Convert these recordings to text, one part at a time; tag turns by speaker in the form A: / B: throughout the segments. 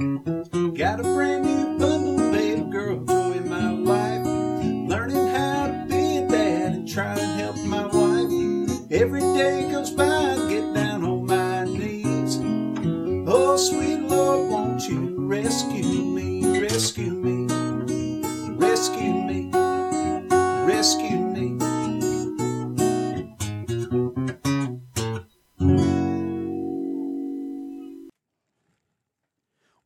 A: Got a brand new bundle, baby girl, join my life. Learning how to be a dad and try and help my wife. Every day goes by, I get down on my knees. Oh, sweet Lord, won't you rescue me, rescue me, rescue me, rescue me.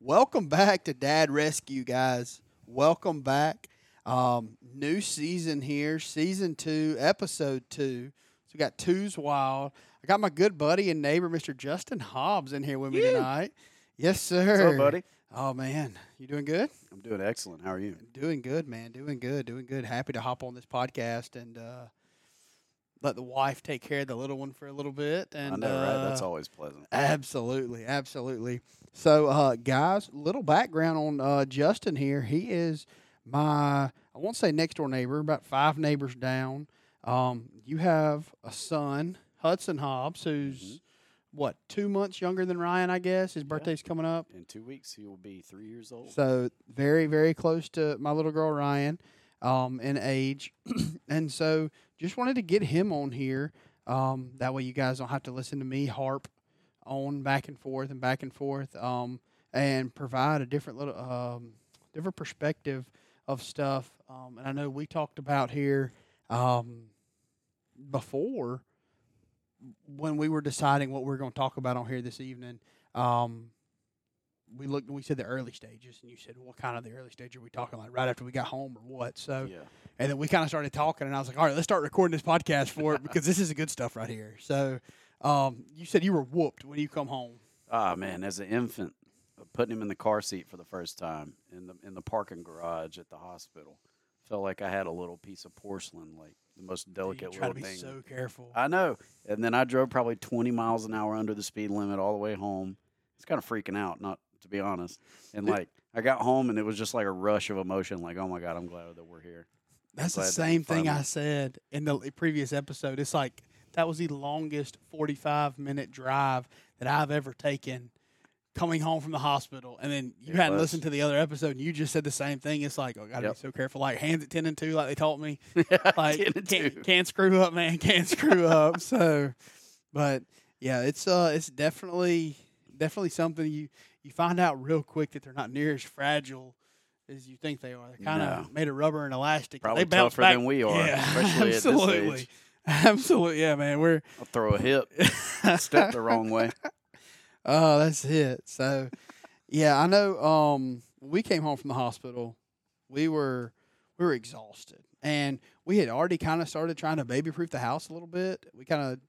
B: Welcome back to Dad Rescue, guys. Welcome back. Um, new season here, season two, episode two. So we got Two's Wild. I got my good buddy and neighbor, Mr. Justin Hobbs, in here with me tonight. Yes, sir.
C: What's up, buddy?
B: Oh man, you doing good?
C: I'm doing excellent. How are you?
B: Doing good, man. Doing good. Doing good. Happy to hop on this podcast and uh, let the wife take care of the little one for a little bit. And
C: I know, right? That's
B: uh,
C: always pleasant.
B: Absolutely, absolutely. So, uh, guys, little background on uh, Justin here. He is my I won't say next door neighbor, about five neighbors down. Um, you have a son, Hudson Hobbs, who's what two months younger than Ryan, I guess. His birthday's coming up.
C: In two weeks, he will be three years old.
B: So very, very close to my little girl Ryan um, in age, and so just wanted to get him on here. Um, that way, you guys don't have to listen to me harp on back and forth and back and forth, um, and provide a different little, um, different perspective of stuff. Um, and I know we talked about here um, before when we were deciding what we we're going to talk about on here this evening. Um, we looked we said the early stages and you said what kind of the early stage are we talking like right after we got home or what so
C: yeah.
B: and then we kind of started talking and i was like all right let's start recording this podcast for it because this is the good stuff right here so um, you said you were whooped when you come home
C: Ah, man, as an infant, uh, putting him in the car seat for the first time in the in the parking garage at the hospital, felt like I had a little piece of porcelain, like the most
B: you
C: delicate
B: try to
C: little
B: be
C: thing.
B: so careful
C: I know. And then I drove probably 20 miles an hour under the speed limit all the way home. It's kind of freaking out, not to be honest. And like, I got home and it was just like a rush of emotion, like, oh my god, I'm glad that we're here.
B: that's the
C: glad that
B: same thing i
C: finally-
B: said in the previous episode it's like that was the longest 45 minute drive that i've ever taken coming home from the hospital and then you
C: It
B: hadn't
C: was.
B: listened to the other episode and you just said the same thing it's like oh, gotta
C: Yep.
B: be so careful like hands at 10 and 2 like they taught me like
C: 10
B: can't,
C: and two.
B: can't screw up man can't screw up so but yeah it's uh it's definitely definitely something you you find out real quick that they're not near as fragile as you think they are they're kind of
C: No.
B: made of rubber and elastic
C: Probably
B: they bounce
C: tougher
B: back.
C: than we are,
B: yeah,
C: especially at this
B: absolutely
C: age.
B: absolutely yeah man we're
C: I'll throw a hip, step the wrong way.
B: Oh, that's it. So, yeah, I know. Um, when we came home from the hospital. We were we were exhausted, and we had already kind of started trying to baby proof the house a little bit. We kind of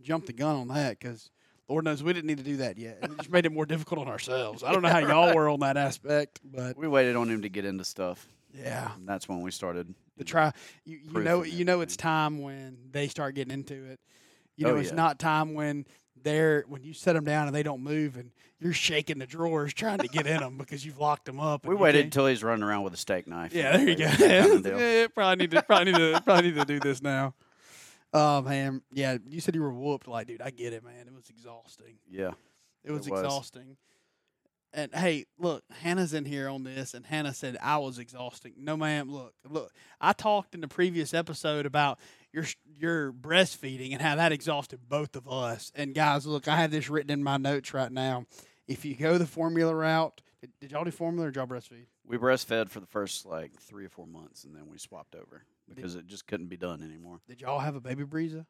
B: jumped the gun on that because Lord knows we didn't need to do that yet. and It just made it more difficult on ourselves. I don't know how y'all were on that aspect, but
C: We waited on him to get into stuff.
B: yeah,
C: And that's when we started.
B: the try you, you
C: Proof
B: know
C: of
B: you know
C: everything.
B: it's time when they start getting into it. You know
C: Oh,
B: it's
C: yeah.
B: not time when they're when you set them down and they don't move and you're shaking the drawers trying to get in them because you've locked them up.
C: We
B: and you
C: waited
B: can't-
C: until he's running around with a steak knife.
B: yeah, there you go.
C: That kinda deal.
B: yeah, probably need to probably need to probably need to do this now. Oh man, yeah. You said you were whooped, like dude. I get it, man. It was exhausting.
C: yeah.
B: It was,
C: was.
B: exhausting. And hey, look, Hannah's in here on this, and Hannah said I was exhausting. No, ma'am. Look, look. I talked in the previous episode about your your breastfeeding and how that exhausted both of us. And guys, look, I have this written in my notes right now. If you go the formula route, did, did y'all do formula or did y'all breastfeed?
C: We breastfed for the first like three or four months, and then we swapped over because it just couldn't be done anymore.
B: Did y'all have a baby breeza?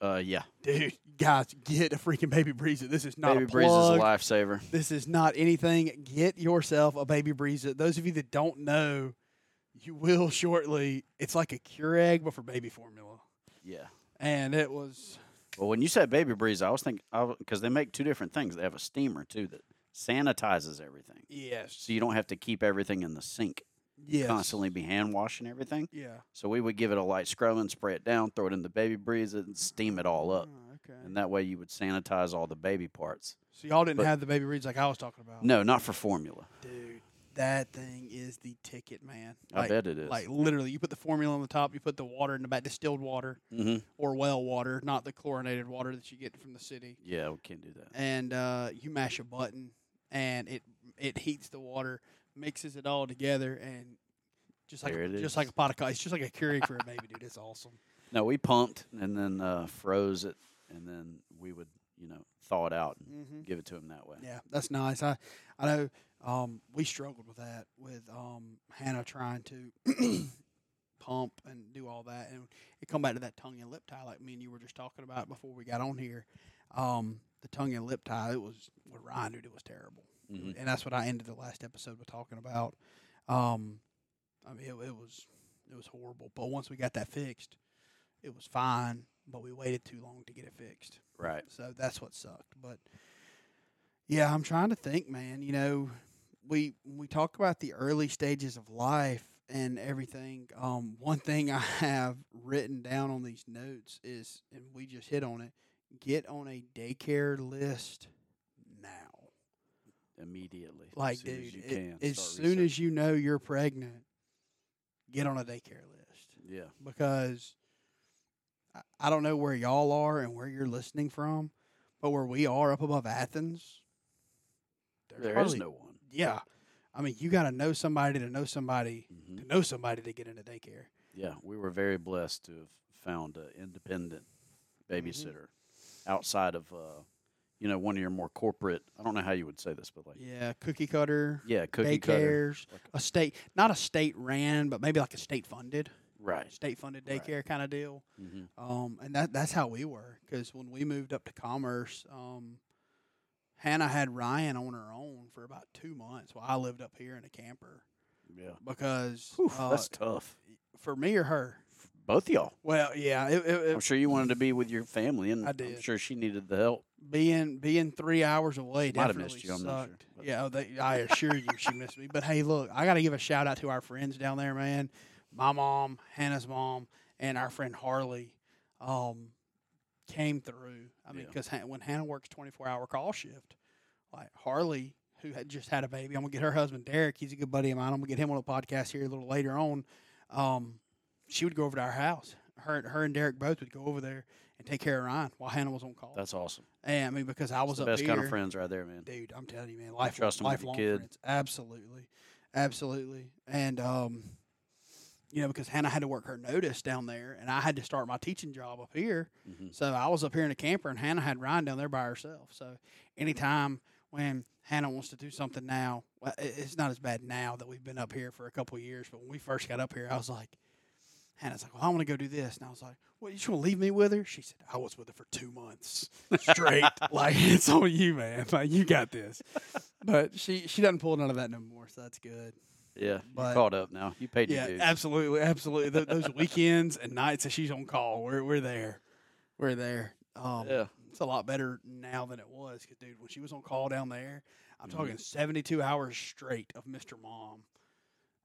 C: Uh, yeah,
B: Dude, guys, get a freaking baby breeza. This is not
C: baby
B: a
C: Breeze is
B: plug.
C: a lifesaver.
B: This is not anything. Get yourself a baby Breeza. Those of you that don't know, you will shortly. It's like a Keurig, but for baby formula.
C: Yeah.
B: And it was
C: Well, when you said baby breeze, I was thinking because they make two different things. They have a steamer too that sanitizes everything,
B: yes,
C: so you don't have to keep everything in the sink,
B: yes,
C: constantly be hand washing everything.
B: Yeah.
C: So we would give it a light scrub and spray it down, throw it in the baby breeze, and steam it all up.
B: Oh, okay.
C: And that way, you would sanitize all the baby parts.
B: so y'all didn't
C: but-
B: have the baby Breeze like I was talking about.
C: No, not for formula.
B: dude, that thing is the ticket, man.
C: I
B: Like-
C: bet it is.
B: Like literally, you put the formula on the top, you put the water in the back, distilled water
C: Mhm.
B: or well water, not the chlorinated water that you get from the city.
C: Yeah, we can't do that.
B: and uh, you mash a button and it it heats the water, mixes it all together, and just like
C: There
B: a,
C: it
B: just like a
C: is.
B: pot of coffee. It's just like a Keurig for a baby, dude. It's awesome.
C: No, we pumped and then uh, froze it, and then we would, you know, thaw it out and
B: Mm-hmm.
C: give it to him that way.
B: Yeah, that's nice. I I know um, we struggled with that with um, Hannah trying to pump and do all that, and it come back to that tongue and lip tie, like me and you were just talking about before we got on here. Um, the tongue and lip tie, it was what Ryan did. It was terrible,
C: Mhm.
B: and that's what I ended the last episode with talking about. Um, I mean, it, it was it was horrible, but once we got that fixed, it was fine. But we waited too long to get it fixed.
C: Right.
B: So that's what sucked. But yeah, I'm trying to think, man. You know, we we talk about the early stages of life and everything. Um, one thing I have written down on these notes is, and we just hit on it: get on a daycare list now.
C: Immediately.
B: Like,
C: as soon
B: dude,
C: as you
B: it-
C: can.
B: as soon as you know you're pregnant, get on a daycare list
C: Yeah.
B: because I- I don't know where y'all are and where you're listening from, but where we are up above Athens, there's
C: There is
B: hardly-
C: no one.
B: Yeah, I mean, you got to know somebody to know somebody
C: hmm
B: to know somebody to get into daycare.
C: Yeah, we were very blessed to have found an independent
B: Mm-hmm.
C: babysitter outside of, uh, you know, one of your more corporate. I don't know how you would say this, but like,
B: Yeah, cookie cutter,
C: yeah, cookie cutter.
B: daycares, a state, not a state ran, but maybe like a state funded,
C: Right.
B: state funded
C: Right.
B: daycare kind of deal.
C: hmm
B: Um, and that that's how we were because when we moved up to Commerce, um, Hannah had Ryan on her own for about two months while I lived up here in a camper
C: Yeah.
B: because
C: Whew,
B: uh,
C: that's tough.
B: for me or her.
C: Both y'all.
B: Well, yeah, it, it,
C: I'm
B: it,
C: sure you wanted to be with your family, and
B: I
C: am
B: did.
C: sure she needed the help.
B: being being three hours away
C: Might have
B: definitely
C: missed you, I'm
B: sucked.
C: not sure, but-
B: yeah, oh, they, I assure you she missed me. But hey, look, I got to give a shout out to our friends down there, man. My mom, Hannah's mom, and our friend Harley um, came through. I mean,
C: Yeah.
B: because when Hannah works twenty four hour call shift, like Harley, who had just had a baby, I'm gonna get her husband Derek. He's a good buddy of mine. I'm gonna get him on the podcast here a little later on. Um, she would go over to our house. Her, her and Derek both would go over there and take care of Ryan while Hannah was on call.
C: That's awesome.
B: And I mean, because I was
C: the
B: up
C: best
B: here,
C: kind of friends right there, man.
B: dude. I'm telling you, man, life
C: trust 'em with your
B: lifelong
C: kid.
B: friends. Absolutely, absolutely. And um, you know, because Hannah had to work her notice down there, and I had to start my teaching job up here.
C: Mhm.
B: So I was up here in a camper, and Hannah had Ryan down there by herself. So anytime when Hannah wants to do something now, well, i- it's not as bad now that we've been up here for a couple of years. But when we first got up here, I was like, Hannah's like, well, I want to go do this. And I was like, what, you just want to leave me with her? She said, I was with her for two months straight. like, it's on you, man. Like, you got this. But she, she doesn't pull none of that no more, so that's good.
C: Yeah,
B: But-
C: you caught up now. You paid
B: Yeah,
C: your dues.
B: absolutely, absolutely. Th- those weekends and nights that she's on call, we're we're there, we're there. Um,
C: Yeah.
B: it's a lot better now than it was, 'cause, dude, when she was on call down there, I'm
C: Mhm.
B: talking 72 hours straight of Mr. Mom.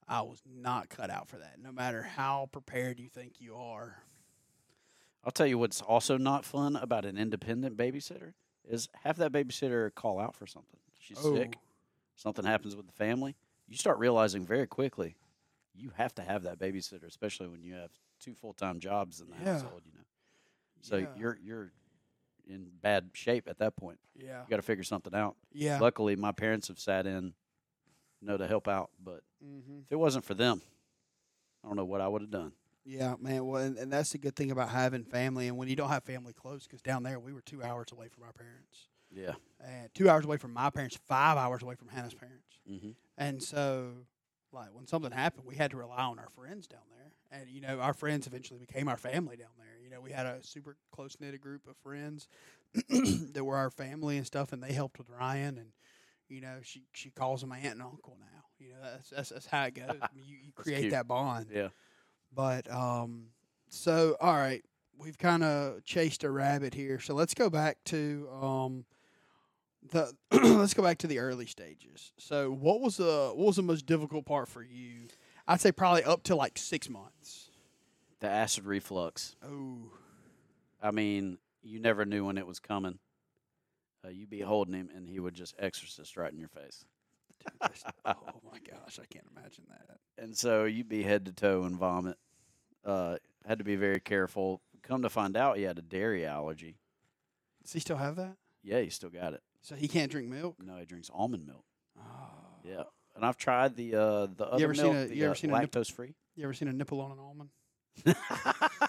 B: I was not cut out for that, no matter how prepared you think you are.
C: I'll tell you what's also not fun about an independent babysitter is have that babysitter call out for something. She's
B: Oh,
C: sick. Something happens with the family. You start realizing very quickly you have to have that babysitter, especially when you have two full time jobs in the
B: Yeah.
C: household. You know, so
B: yeah.
C: you're you're in bad shape at that point.
B: yeah,
C: You got to figure something out.
B: yeah.
C: Luckily, my parents have sat in, you know, to help out. But
B: Mm-hmm.
C: if it wasn't for them, I don't know what I would have done.
B: Yeah, man. Well, and, and that's the good thing about having family, and when you don't have family close, because down there we were two hours away from our parents.
C: Yeah.
B: and two hours away from my parents, five hours away from Hannah's parents.
C: hmm
B: And so, like, when something happened, we had to rely on our friends down there. And, you know, our friends eventually became our family down there. You know, we had a super close knit group of friends that were our family and stuff, and they helped with Ryan. And, you know, she, she calls them my aunt and uncle now. You know, that's, that's, that's how it goes. I mean, you, you create
C: cute.
B: that bond.
C: Yeah.
B: But um, so all right, we've kind of chased a rabbit here. So let's go back to um, the let's go back to the early stages. So what was the what was the most difficult part for you? I'd say probably up to like six months.
C: The acid reflux.
B: Oh,
C: I mean, you never knew when it was coming. Uh, you'd be holding him, and he would just exorcist right in your face.
B: dude, that's- oh my gosh, I can't imagine that.
C: And so you'd be head to toe and vomit. Uh, had to be very careful. Come to find out, he had a dairy allergy.
B: Does he still have that?
C: Yeah, he still got it.
B: So he can't drink milk.
C: No, he drinks almond milk.
B: Oh,
C: Yeah. And I've tried the uh, the other
B: ever seen
C: milk,
B: a-
C: the,
B: you ever
C: uh,
B: seen a nip-
C: lactose free.
B: You ever seen a nipple on an almond?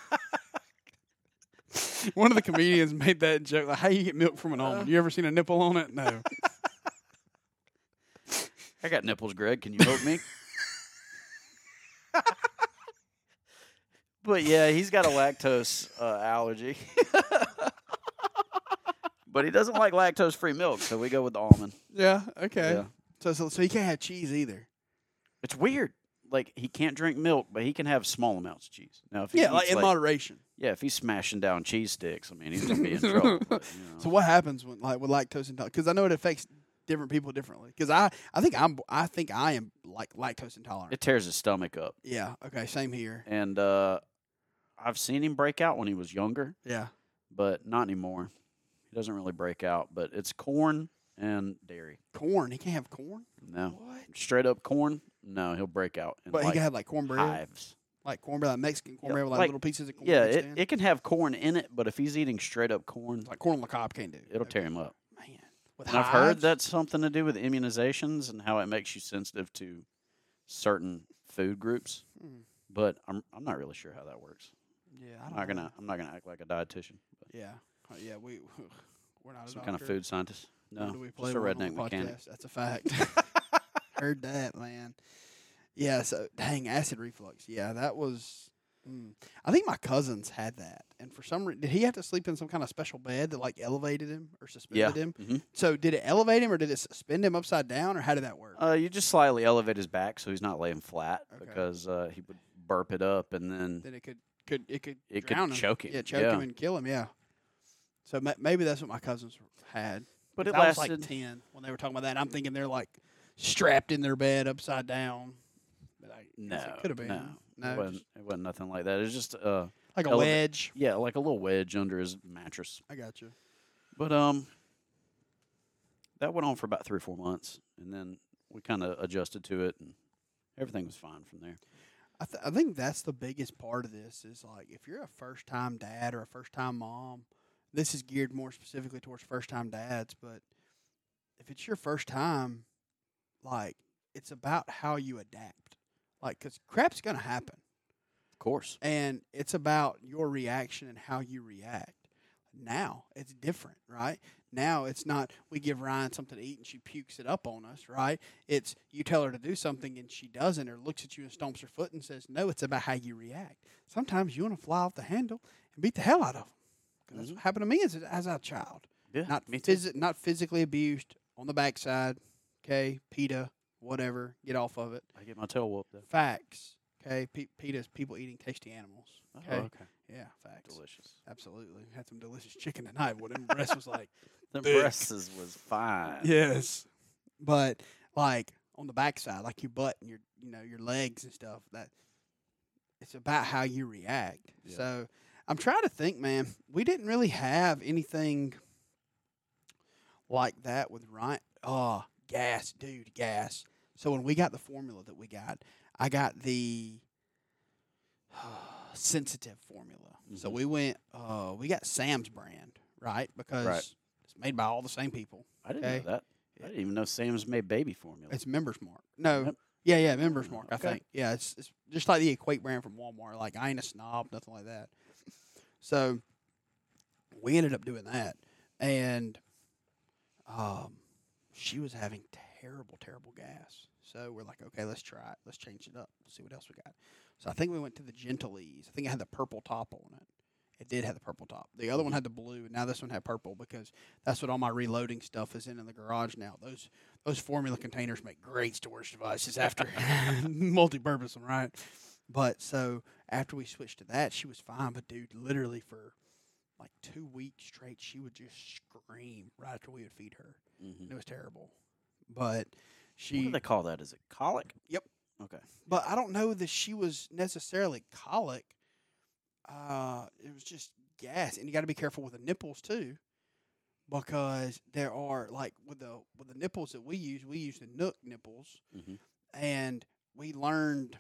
B: One of the comedians made that joke. Like, how you get milk from an almond? You ever seen a nipple on it? No.
C: I got nipples, Greg. Can you help me? but yeah, he's got a lactose uh, allergy. but he doesn't like lactose free milk, so we go with the almond.
B: yeah. Okay.
C: Yeah.
B: So, so so you can't have cheese either.
C: It's weird. Like he can't drink milk, but he can have small amounts of cheese. Now, if he
B: Yeah, like
C: eats,
B: in moderation.
C: yeah, if he's smashing down cheese sticks, I mean, he's gonna be in trouble. but, you know.
B: So what happens when like with lactose intolerant? Because I know it affects different people differently. Because I I think I'm I think I am like lactose intolerant.
C: it tears his stomach up,
B: yeah. Okay. Same here.
C: and uh, I've seen him break out when he was younger.
B: Yeah.
C: but not anymore. He doesn't really break out, but it's corn and dairy.
B: Corn. He can't have corn.
C: No,
B: What?
C: straight up corn. No, he'll break out. In
B: But he
C: like
B: can have like cornbread,
C: hives.
B: like cornbread, like Mexican cornbread with like,
C: like-
B: little pieces of corn.
C: Yeah,
B: mixed
C: it,
B: in.
C: it can have corn in it, but if he's eating straight up corn,
B: like corn on the cob can't do.
C: it'll
B: Okay.
C: tear him up.
B: Man, with
C: And I've heard
B: hives?
C: that's something to do with immunizations and how it makes you sensitive to certain food groups.
B: Hmm.
C: But I'm I'm not really sure how that works.
B: Yeah, I
C: I'm
B: don't
C: not
B: know.
C: gonna I'm not gonna act like a dietitian, but
B: Yeah, Uh, yeah, we we're not a
C: some kind of
B: doctor.
C: food scientist.
B: Nor
C: No,
B: do we play
C: just a
B: one on the
C: redneck mechanic.
B: podcast. That's a fact. Heard that, man. Yeah, so dang acid reflux. Yeah, that was. Mm. I think my cousins had that, and for some reason, did he have to sleep in some kind of special bed that like elevated him or
C: Yeah.
B: suspended him?
C: Mhm.
B: So did it elevate him or did it suspend him upside down or how did that work?
C: Uh, you just slightly elevate his back so he's not laying flat
B: Okay.
C: because uh, he would burp it up and then
B: then it could could it could
C: it could
B: drown him.
C: choke him.
B: Yeah, choke him and kill him. Yeah. So ma- maybe that's what my cousins had.
C: But it
B: 'Cause I was
C: lasted.
B: like ten when they were talking about that. And I'm thinking they're like strapped in their bed upside down. But I
C: no,
B: guess it could have been.
C: No,
B: No,
C: it, wasn't,
B: just
C: it wasn't nothing like that. It was just uh,
B: like a
C: elevate.
B: wedge.
C: yeah, like a little wedge under his mattress.
B: I got you.
C: But um, that went on for about three or four months, and then we kind of adjusted to it, and everything was fine from there.
B: I, th- I think that's the biggest part of this is like if you're a first time dad or a first time mom, this is geared more specifically towards first time dads, but if it's your first time, like it's about how you adapt. Like, because crap's going to happen.
C: Of course,
B: and it's about your reaction and how you react. Now it's different, right? Now it's not we give Ryan something to eat and she pukes it up on us, right? It's you tell her to do something and she doesn't, or looks at you and stomps her foot and says no. It's about how you react. Sometimes you want to fly off the handle and beat the hell out of them. 'Cause That's what happened to me as a, as a child.
C: Mm-hmm. yeah,
B: Not
C: me too.
B: phys- not physically abused on the backside. Okay, PETA, whatever, get off of it.
C: I get my tail whooped. though.
B: Facts. Okay, P- PETA is people eating tasty animals.
C: Oh,
B: Okay.
C: okay,
B: Yeah, facts.
C: delicious.
B: Absolutely. Had some delicious chicken tonight. What them breast was like.
C: The
B: Thick.
C: breasts was fine.
B: yes. But like on the backside, like your butt and your you know, your legs and stuff, that it's about how you react.
C: Yeah.
B: So I'm trying to think, man, we didn't really have anything like that with Ryan. Oh, gas, dude, gas. So when we got the formula that we got, I got the sensitive formula. So
C: Mhm.
B: we went, uh, we got Sam's brand, right? Because it's made by all the same people.
C: I didn't
B: Okay.
C: know that. I didn't even know Sam's made baby formula.
B: It's Members Mark. No,
C: Mem-
B: yeah, yeah, Members Mark. I
C: Okay.
B: think. Yeah, it's, it's just like the Equate brand from Walmart. Like I ain't a snob, nothing like that. So we ended up doing that, and um, she was having terrible, terrible gas. So we're like, okay, let's try it. Let's change it up. See what else we got. So I think we went to the Gentle Ease. I think it had the purple top on it. It did have the purple top. The other one had the blue, and now this one had purple because that's what all my reloading stuff is in in the garage now. Those those formula containers make great storage devices after multi-purpose one, right? But so after we switched to that, she was fine. But dude, literally for like two weeks straight, she would just scream right after we would feed her.
C: Mhm.
B: And it was terrible. But
C: What
B: she,
C: do they call that? Is it colic?
B: Yep.
C: Okay.
B: but I don't know that she was necessarily colic. Uh, it was just gas, and you got to be careful with the nipples too, because there are like with the with the nipples that we use, we use the Nook nipples,
C: Mhm.
B: and we learned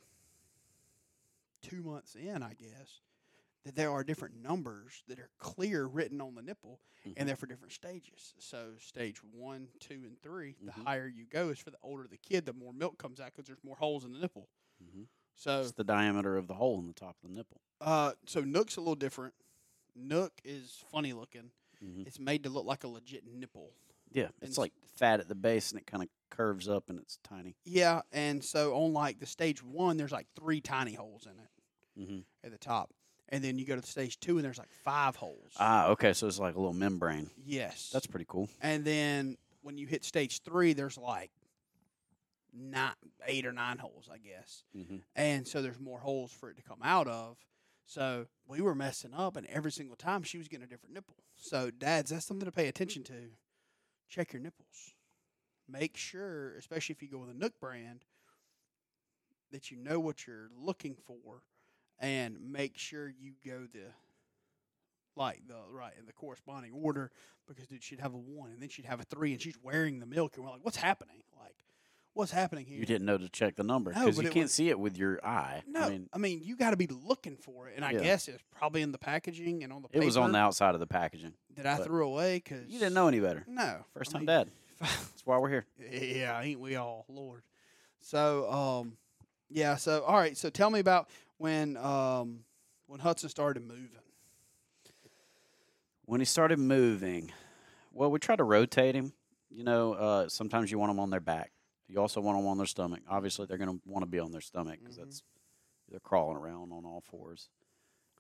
B: two months in, I guess, that there are different numbers that are clear written on the nipple,
C: Mhm.
B: and they're for different stages. So stage one, two, and 3 The
C: Mhm.
B: higher you go is for the older the kid, the more milk comes out because there's more holes in the nipple.
C: Mhm.
B: So
C: It's the diameter of the hole in the top of the nipple.
B: uh, so Nook's a little different. Nook is funny looking.
C: Mhm.
B: It's made to look like a legit nipple.
C: Yeah,
B: And-
C: it's like fat at the base and it kind of curves up and it's tiny.
B: Yeah, and so on like the stage one, there's like three tiny holes in it
C: hmm
B: at the top, and then you go to stage two, and there's like five holes.
C: Ah, okay, so it's like a little membrane.
B: yes,
C: That's pretty cool.
B: and then when you hit stage three, there's like nine, eight or nine holes, I guess.
C: Mhm.
B: and so there's more holes for it to come out of. So we were messing up, and every single time she was getting a different nipple. So dads, that's something to pay attention to. Check your nipples. Make sure, especially if you go with a Nook brand, that you know what you're looking for, and make sure you go the like the right in the corresponding order because dude she'd have a one and then she'd have a three and she's wearing the milk and we're like what's happening like what's happening here
C: You didn't know to check the number
B: No,
C: because
B: but
C: you
B: it
C: can't
B: was-
C: see it with your eye.
B: No,
C: I mean,
B: you got to be looking for it, and I
C: Yeah.
B: guess it's probably in the packaging and on the
C: it
B: paper
C: was on the outside of the packaging.
B: that I
C: but-
B: threw away because
C: You didn't know any better.
B: No,
C: First
B: I
C: time dad.
B: mean,
C: That's why we're here.
B: yeah, ain't we all, Lord? So, um, yeah. So, all right. So, tell me about when um when Hudson started moving.
C: When he started moving, well, we try to rotate him. You know, uh, sometimes you want them on their back. You also want them on their stomach. Obviously, they're going to want to be on their stomach because
B: Mhm.
C: that's they're crawling around on all fours.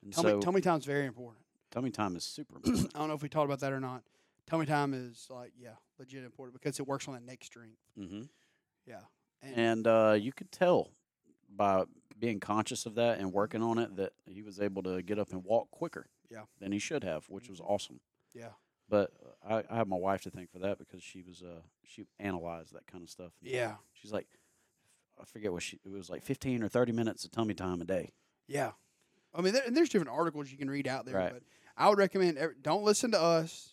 C: And
B: Tell
C: so,
B: me, tell me time's very important.
C: tummy time is super important.
B: I don't know if we talked about that or not. Tell me time is like yeah, legit important because it works on that neck string.
C: mm-hmm.
B: Yeah,
C: and uh, you could tell by being conscious of that and working on it that he was able to get up and walk quicker
B: Yeah.
C: than he should have, which was awesome.
B: yeah,
C: But uh, I, I have my wife to thank for that because she was uh, she analyzed that kind of stuff.
B: yeah,
C: she's like, I forget what she it was like fifteen or thirty minutes of tummy time a day.
B: Yeah. I mean, there, and there's different articles you can read out there,
C: Right.
B: but I would recommend ev- don't listen to us.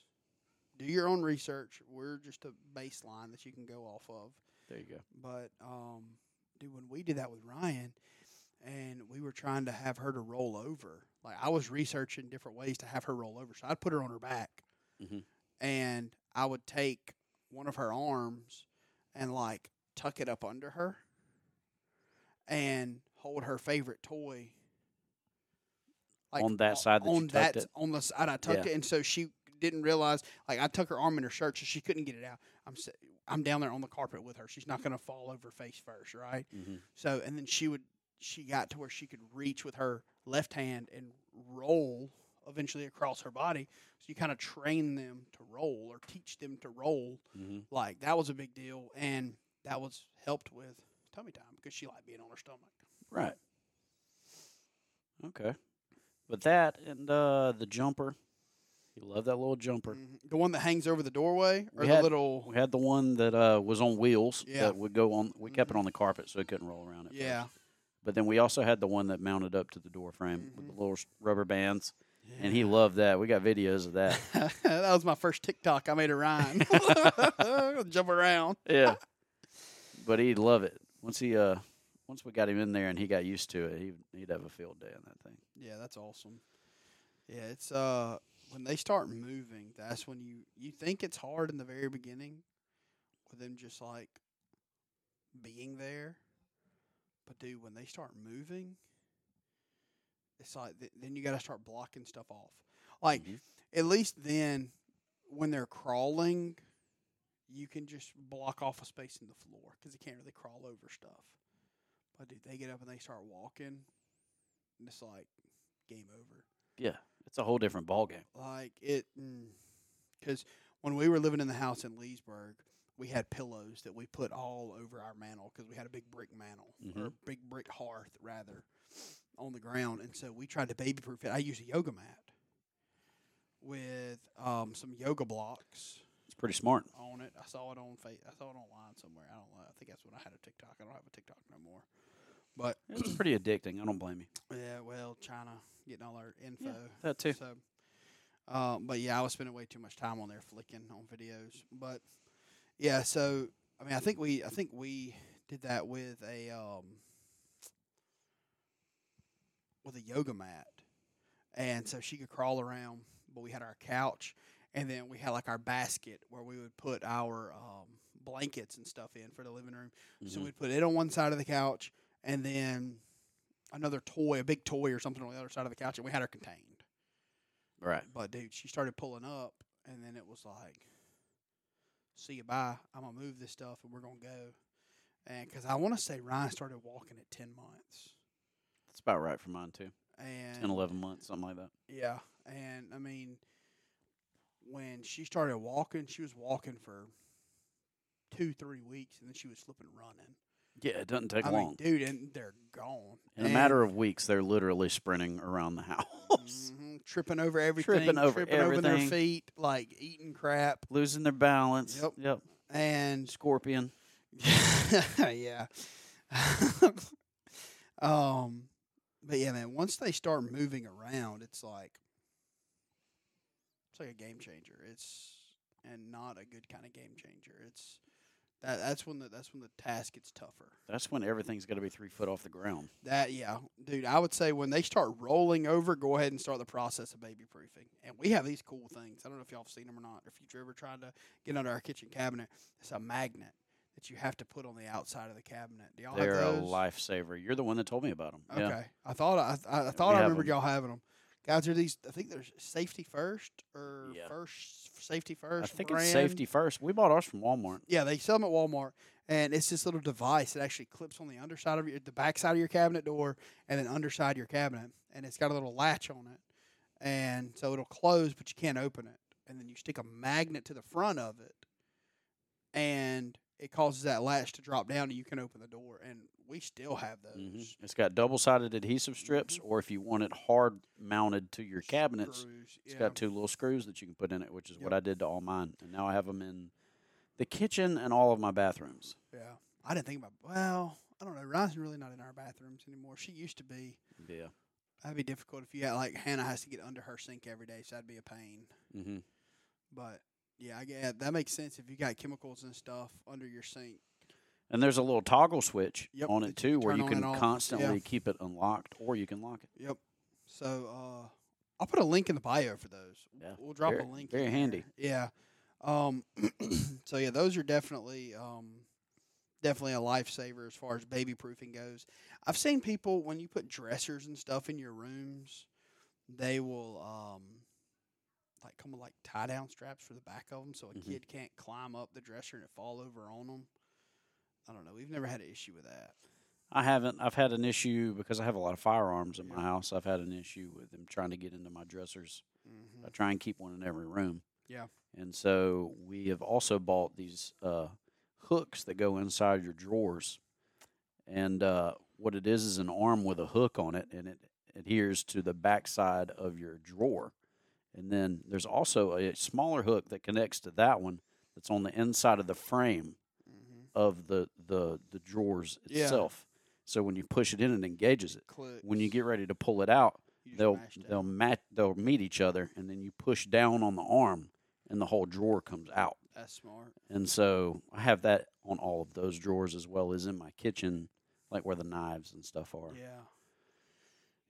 B: Do your own research. We're just a baseline that you can go off of.
C: There you go.
B: But, um, dude, when we did that with Ryan and we were trying to have her to roll over, like I was researching different ways to have her roll over. So I'd put her on her back
C: Mhm.
B: and I would take one of her arms and like tuck it up under her and hold her favorite toy.
C: On that side that you
B: on
C: tucked
B: that-
C: it?
B: on the side I tucked
C: Yeah.
B: it, and so she didn't realize. Like I tuck her arm in her shirt, so she couldn't get it out. I'm s- I'm down there on the carpet with her. She's not gonna fall over face first, right?
C: hmm
B: So and then she would she got to where she could reach with her left hand and roll eventually across her body. So you kind of train them to roll or teach them to roll.
C: hmm
B: Like that was a big deal, and that was helped with tummy time because she liked being on her stomach.
C: Right. Okay. But that and uh, the jumper, you love that little jumper.
B: Mhm. The one that hangs over the doorway or
C: We
B: the
C: had-
B: little
C: We had the one that uh, was on wheels
B: Yeah. Mm-hmm.
C: that would go on. We kept it on the carpet so it couldn't roll around. It
B: yeah.
C: But then we also had the one that mounted up to the door frame with
B: Mm-hmm.
C: the little s- rubber bands, and he loved that. We got videos of that.
B: that was my first TikTok. I made a rhyme. Jump around.
C: yeah. But he'd love it once he uh once we got him in there and he got used to it. He he'd have a field day on that thing.
B: Yeah, that's awesome. Yeah, it's uh when they start moving, that's when you you think it's hard in the very beginning with them just like being there. But dude, when they start moving, it's like th- then you got to start blocking stuff off. Like
C: Mhm.
B: at least then when they're crawling, you can just block off a space in the floor because they can't really crawl over stuff. But dude, they get up and they start walking, and it's like game over.
C: Yeah, it's a whole different ball game.
B: Like it, because when we were living in the house in Leesburg, we had pillows that we put all over our mantle because we had a big brick mantle or big brick hearth rather on the ground, and so we tried to baby proof it. I used a yoga mat with um, some yoga blocks
C: It's pretty smart.
B: on it. I saw it on face. I saw it online somewhere. I don't know. I think that's when I had a TikTok. I don't have a TikTok no more. But
C: It's pretty addicting. I don't blame you.
B: yeah, well, China getting all our info.
C: that too.
B: So, um, but yeah, I was spending way too much time on there flicking on videos. But yeah, so I mean, I think we I think we did that with a um, with a yoga mat, and so she could crawl around. But we had our couch, and then we had like our basket where we would put our um, blankets and stuff in for the living room. So
C: Mhm.
B: we'd put it on one side of the couch, and then another toy, a big toy or something, on the other side of the couch, and we had her contained.
C: right.
B: But dude, she started pulling up, and then it was like, "See you, bye. I'm gonna move this stuff, and we're gonna go." And because I want to say Ryan started walking at ten months,
C: That's about right for mine too.
B: and
C: 10, 11 months, something like that.
B: yeah, and I mean, when she started walking, she was walking for two, three weeks, and then she was flipping running.
C: Yeah, it doesn't take
B: I
C: long.
B: mean, dude, and they're gone
C: In a matter of weeks, they're literally sprinting around the house,
B: hmm tripping over everything, tripping over,
C: over
B: their
C: everything.
B: feet, like eating crap,
C: losing their balance.
B: Yep.
C: Yep.
B: and
C: Scorpion.
B: yeah. um, but yeah, man. Once they start moving around, it's like it's like a game changer. It's and not a good kind of game changer. It's that that's when the that's when the task gets tougher.
C: That's when everything's got to be three foot off the ground.
B: That yeah, dude. I would say when they start rolling over, go ahead and start the process of baby proofing. And we have these cool things. I don't know if y'all have seen them or not. If you've ever tried to get under our kitchen cabinet, it's a magnet that you have to put on the outside of the cabinet. Do y'all
C: They're
B: have
C: a
B: those?
C: lifesaver. You're the one that told me about them.
B: Okay,
C: Yeah.
B: I thought I, I, I thought
C: We
B: I
C: have
B: remembered
C: 'em.
B: y'all having them. Guys, are these? I think there's safety first or
C: Yeah.
B: first safety
C: I
B: first.
C: think
B: brand.
C: it's safety first. We bought ours from Walmart.
B: Yeah, they sell them at Walmart, and it's this little device that actually clips on the underside of your, the backside of your cabinet door, and then underside your cabinet, and it's got a little latch on it, and so it'll close, but you can't open it, and then you stick a magnet to the front of it, and it causes that latch to drop down, and you can open the door, and we still have those.
C: hmm It's got double sided adhesive strips,
B: Mm-hmm.
C: or if you want it hard mounted to your cabinets,
B: Screws,
C: It's
B: yeah.
C: got two little screws that you can put in it, which is what
B: Yep.
C: I did to all mine. And now I have them in the kitchen and all of my bathrooms.
B: Yeah, I didn't think about. Well, I don't know. Ryan's really not in our bathrooms anymore. She used to be.
C: Yeah.
B: That'd be difficult if you had like Hannah has to get under her sink every day, so that'd be a pain.
C: Mm-hmm.
B: But yeah, I get that makes sense if you got chemicals and stuff under your sink.
C: And there's a little toggle switch
B: Yep,
C: on
B: that
C: it
B: you
C: too, where
B: turn
C: you
B: on
C: can
B: and off. Yeah.
C: constantly keep it unlocked, or you can lock it.
B: Yep. So uh, I'll put a link in the bio for those.
C: Yeah,
B: We'll drop
C: very-
B: a link.
C: very
B: in there.
C: handy.
B: Yeah. Um. so yeah, those are definitely um, definitely a lifesaver as far as baby proofing goes. I've seen people when you put dressers and stuff in your rooms, they will um, like come with like tie down straps for the back of them, so a
C: Mhm.
B: kid can't climb up the dresser and it fall over on them. I don't know. We've never had an issue with that.
C: I haven't. I've had an issue because I have a lot of firearms in
B: Yeah.
C: my house. I've had an issue with them trying to get into my dressers.
B: Mm-hmm.
C: I try and keep one in every room.
B: Yeah.
C: And so we have also bought these uh, hooks that go inside your drawers. And uh, what it is is an arm with a hook on it, and it adheres to the backside of your drawer. And then there's also a smaller hook that connects to that one that's on the inside of the frame
B: Mm-hmm.
C: of the the, the drawers
B: Yeah.
C: itself. So when you push it in, it engages it.
B: Click
C: When you get ready to pull it out,
B: you just
C: they'll
B: mash it
C: they'll match they'll meet each other and then you push down on the arm and the whole drawer comes out
B: That's smart.
C: and so i have that on all of those drawers as well as in my kitchen like where the knives and stuff are
B: Yeah.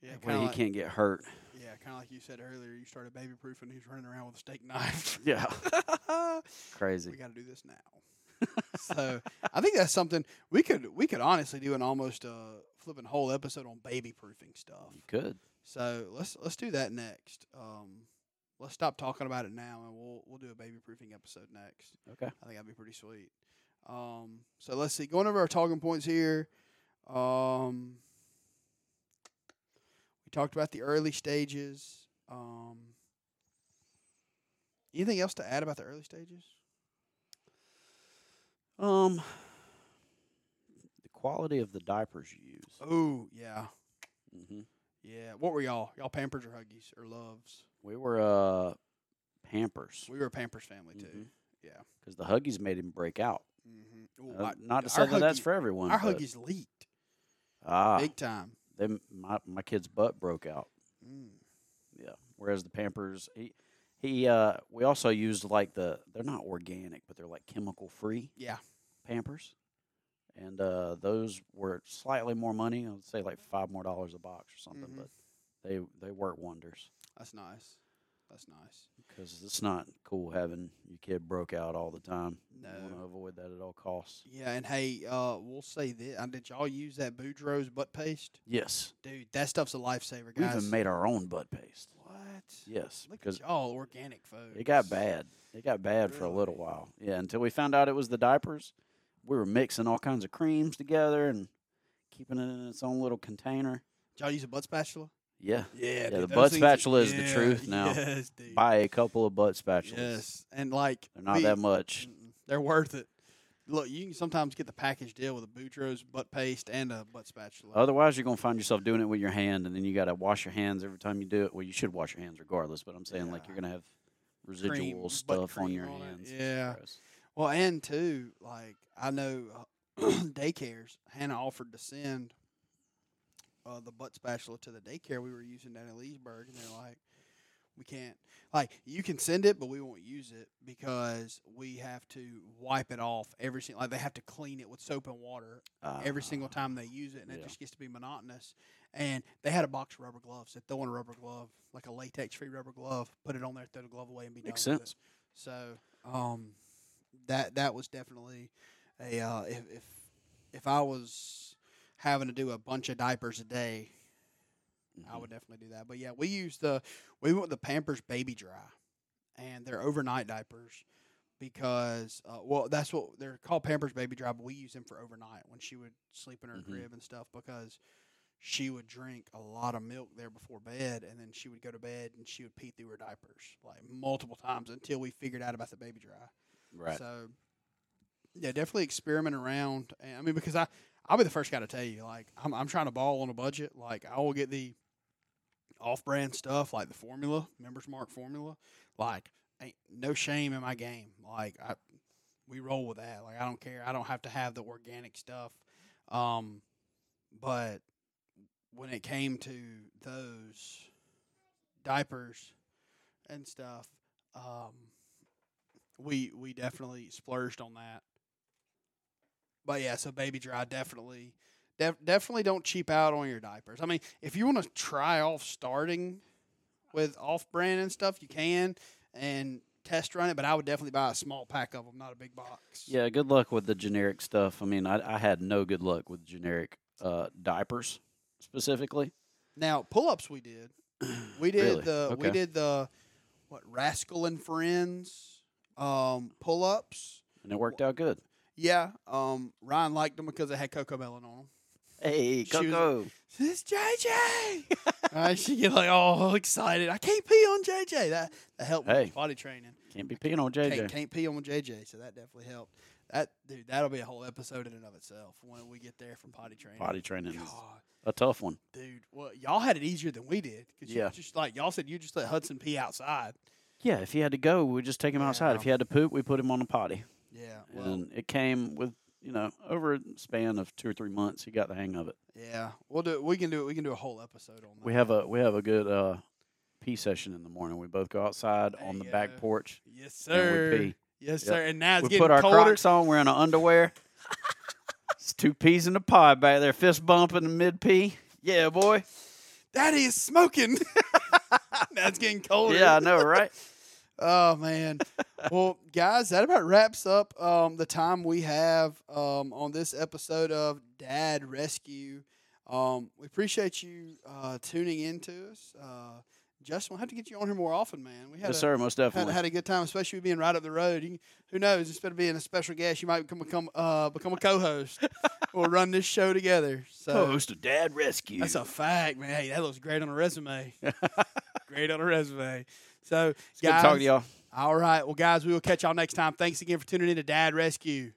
B: Yeah,
C: where
B: kind
C: he
B: of like,
C: can't get hurt
B: yeah, kind of like you said earlier. You started baby proofing. He's running around with a steak knife.
C: yeah
B: we
C: crazy
B: got to do this now. so I think that's something we could we could honestly do an almost uh, flipping whole episode on baby proofing stuff.
C: you could
B: So let's let's do that next. Um, let's stop talking about it now, and we'll we'll do a baby proofing episode next.
C: okay
B: I think that'd be pretty sweet. Um, so let's see. Going over our talking points here. Um, we talked about the early stages. Um, anything else to add about the early stages?
C: um the quality of the diapers you use
B: Oh yeah,
C: hmm
B: yeah. What were y'all? Y'all Pampers or Huggies or Loves?
C: we were uh pampers
B: We were a Pampers family too.
C: Mhm.
B: Yeah.
C: because the huggies made him break out
B: Mm-hmm.
C: Uh, not to say that that's for everyone
B: Our
C: but-
B: Huggies leaked
C: ah
B: big time.
C: they, my, my kid's butt broke out.
B: Mm.
C: Yeah. Whereas the Pampers, he, he, uh, we also used like the, they're not organic, but they're like chemical free
B: Yeah.
C: Pampers. And uh, those were slightly more money. I would say like five more dollars a box or something,
B: Mhm.
C: but They they work wonders
B: That's nice. That's nice.
C: because it's not cool having your kid broke out all the time. You want
B: No.
C: to avoid that at all costs.
B: Yeah, and hey, uh, we'll say this: um, did y'all use that Boudreaux's butt paste?
C: Yes,
B: Dude, that stuff's a lifesaver,
C: we
B: guys.
C: even made our own butt paste.
B: what?
C: Yes,
B: Look
C: because
B: at y'all organic food.
C: It got bad. It got bad for a little
B: Really?
C: while. Yeah, until we found out it was the diapers. We were mixing all kinds of creams together and keeping it in its own little container.
B: Did y'all use a butt spatula?
C: Yeah.
B: Yeah,
C: the
B: dude,
C: butt
B: those things-
C: spatula is the truth now.
B: Yes, dude.
C: Buy a couple of butt spatulas.
B: Yes, and like
C: They're not
B: we- Mm.
C: that much.
B: Mm-mm. They're worth it. Look, you can sometimes get the package deal with a Boudreaux's butt paste and a butt spatula.
C: Otherwise, you're going to find yourself doing it with your hand, and then you got to wash your hands every time you do it. Well, you should wash your hands regardless, but I'm saying like
B: Yeah.
C: you're going to have residual
B: Cream, butt
C: stuff on
B: cream
C: your
B: on it.
C: hands. It's
B: Yeah.
C: gross.
B: Well, and too, like I know uh, daycares. Hannah offered to send uh, the butt spatula to the daycare we were using down in Leesburg, and they're like, "We can't. Like, you can send it, but we won't use it because we have to wipe it off every single. Like, they have to clean it with soap and water every single
C: Ah.
B: time they use it, and it
C: yeah.
B: just gets to be monotonous. And they had a box of rubber gloves. They throw in a rubber glove, like a latex-free rubber glove, put it on there, throw the glove away, and be
C: Makes
B: done with it.
C: sense.
B: So um, that that was definitely a uh, if, if if I was having to do a bunch of diapers a day, I
C: Mhm.
B: would definitely do that. But yeah, we use the we went with the Pampers Baby Dry, and they're overnight diapers because uh, well that's what they're called Pampers Baby Dry, but we use them for overnight when she would sleep in her
C: Mhm.
B: crib and stuff because she would drink a lot of milk there before bed and then she would go to bed and she would pee through her diapers like multiple times until we figured out about the baby dry.
C: Right.
B: So, yeah, definitely experiment around. And, I mean, because I, I'll be the first guy to tell you, like, I'm, I'm trying to ball on a budget. Like, I will get the off-brand stuff, like the formula, members mark formula. Like, ain't no shame in my game. Like, I, we roll with that. Like, I don't care. I don't have to have the organic stuff. Um, but when it came to those diapers and stuff, um, we we definitely splurged on that. But yeah, so baby dry definitely def- definitely don't cheap out on your diapers. I mean, if you want to try off starting with off brand and stuff, you can and test run it, but I would definitely buy a small pack of them, not a big box.
C: Yeah, good luck with the generic stuff. I mean, I, I had no good luck with generic uh, diapers specifically.
B: Now, pull-ups we did. We did
C: Really?
B: the we
C: Okay.
B: did the what Rascal and Friends um pull-ups.
C: And it worked out good.
B: Yeah, um Ryan liked them because they had cocoa melon on them.
C: Hey,
B: She was-
C: Coco.
B: This JJ. right, she get like all excited. I can't pee on JJ. That that helped me
C: Hey.
B: with body training.
C: Can't be peeing on JJ.
B: Can't, can't pee on JJ, so that definitely helped. That dude, that'll be a whole episode in and of itself when we get there from potty training.
C: Body training is
B: God,
C: a tough one.
B: dude. Well, y'all had it easier than we did. Cause you
C: Yeah.
B: just like y'all said, you just let Hudson pee outside.
C: Yeah, if he had to go, we just take him outside. If
B: Yeah.
C: he had to poop, we put him on a potty.
B: Yeah. Well,
C: And it came with, you know, over a span of two or three months, he got the hang of it.
B: yeah. We'll do. We can do. We can do a whole episode on that.
C: We have a we have a good uh, pee session in the morning. We both go outside
B: There
C: on
B: you
C: the back
B: go.
C: porch.
B: Yes,
C: and we
B: sir.
C: pee.
B: Yes,
C: Yep.
B: sir. And now it's
C: we
B: getting
C: put our
B: colder.
C: Crocs on. We're in our underwear. it's two peas in a pod back there. Fist bump in the mid pee. Yeah, boy.
B: That is smoking. now it's getting colder.
C: Yeah, I know, right?
B: Oh man. well, guys, that about wraps up um, the time we have um, on this episode of Dad Rescue. Um, we appreciate you uh, tuning into us. Uh, Justin, we'll have to get you on here more often, man. We had
C: yes,
B: a,
C: sir. Most
B: Had,
C: definitely.
B: had a good time, especially being right up the road. You, can- who knows? Instead of being a special guest, you might become become uh, become a co-host. we'll run this show together. So
C: of Dad Rescue.
B: uh, that's a fact, man. Hey, that looks great on a resume. great on a resume. So,
C: It's good to talk to y'all.
B: all right. Well, guys, we will catch y'all next time. Thanks again for tuning in to Dad Rescue.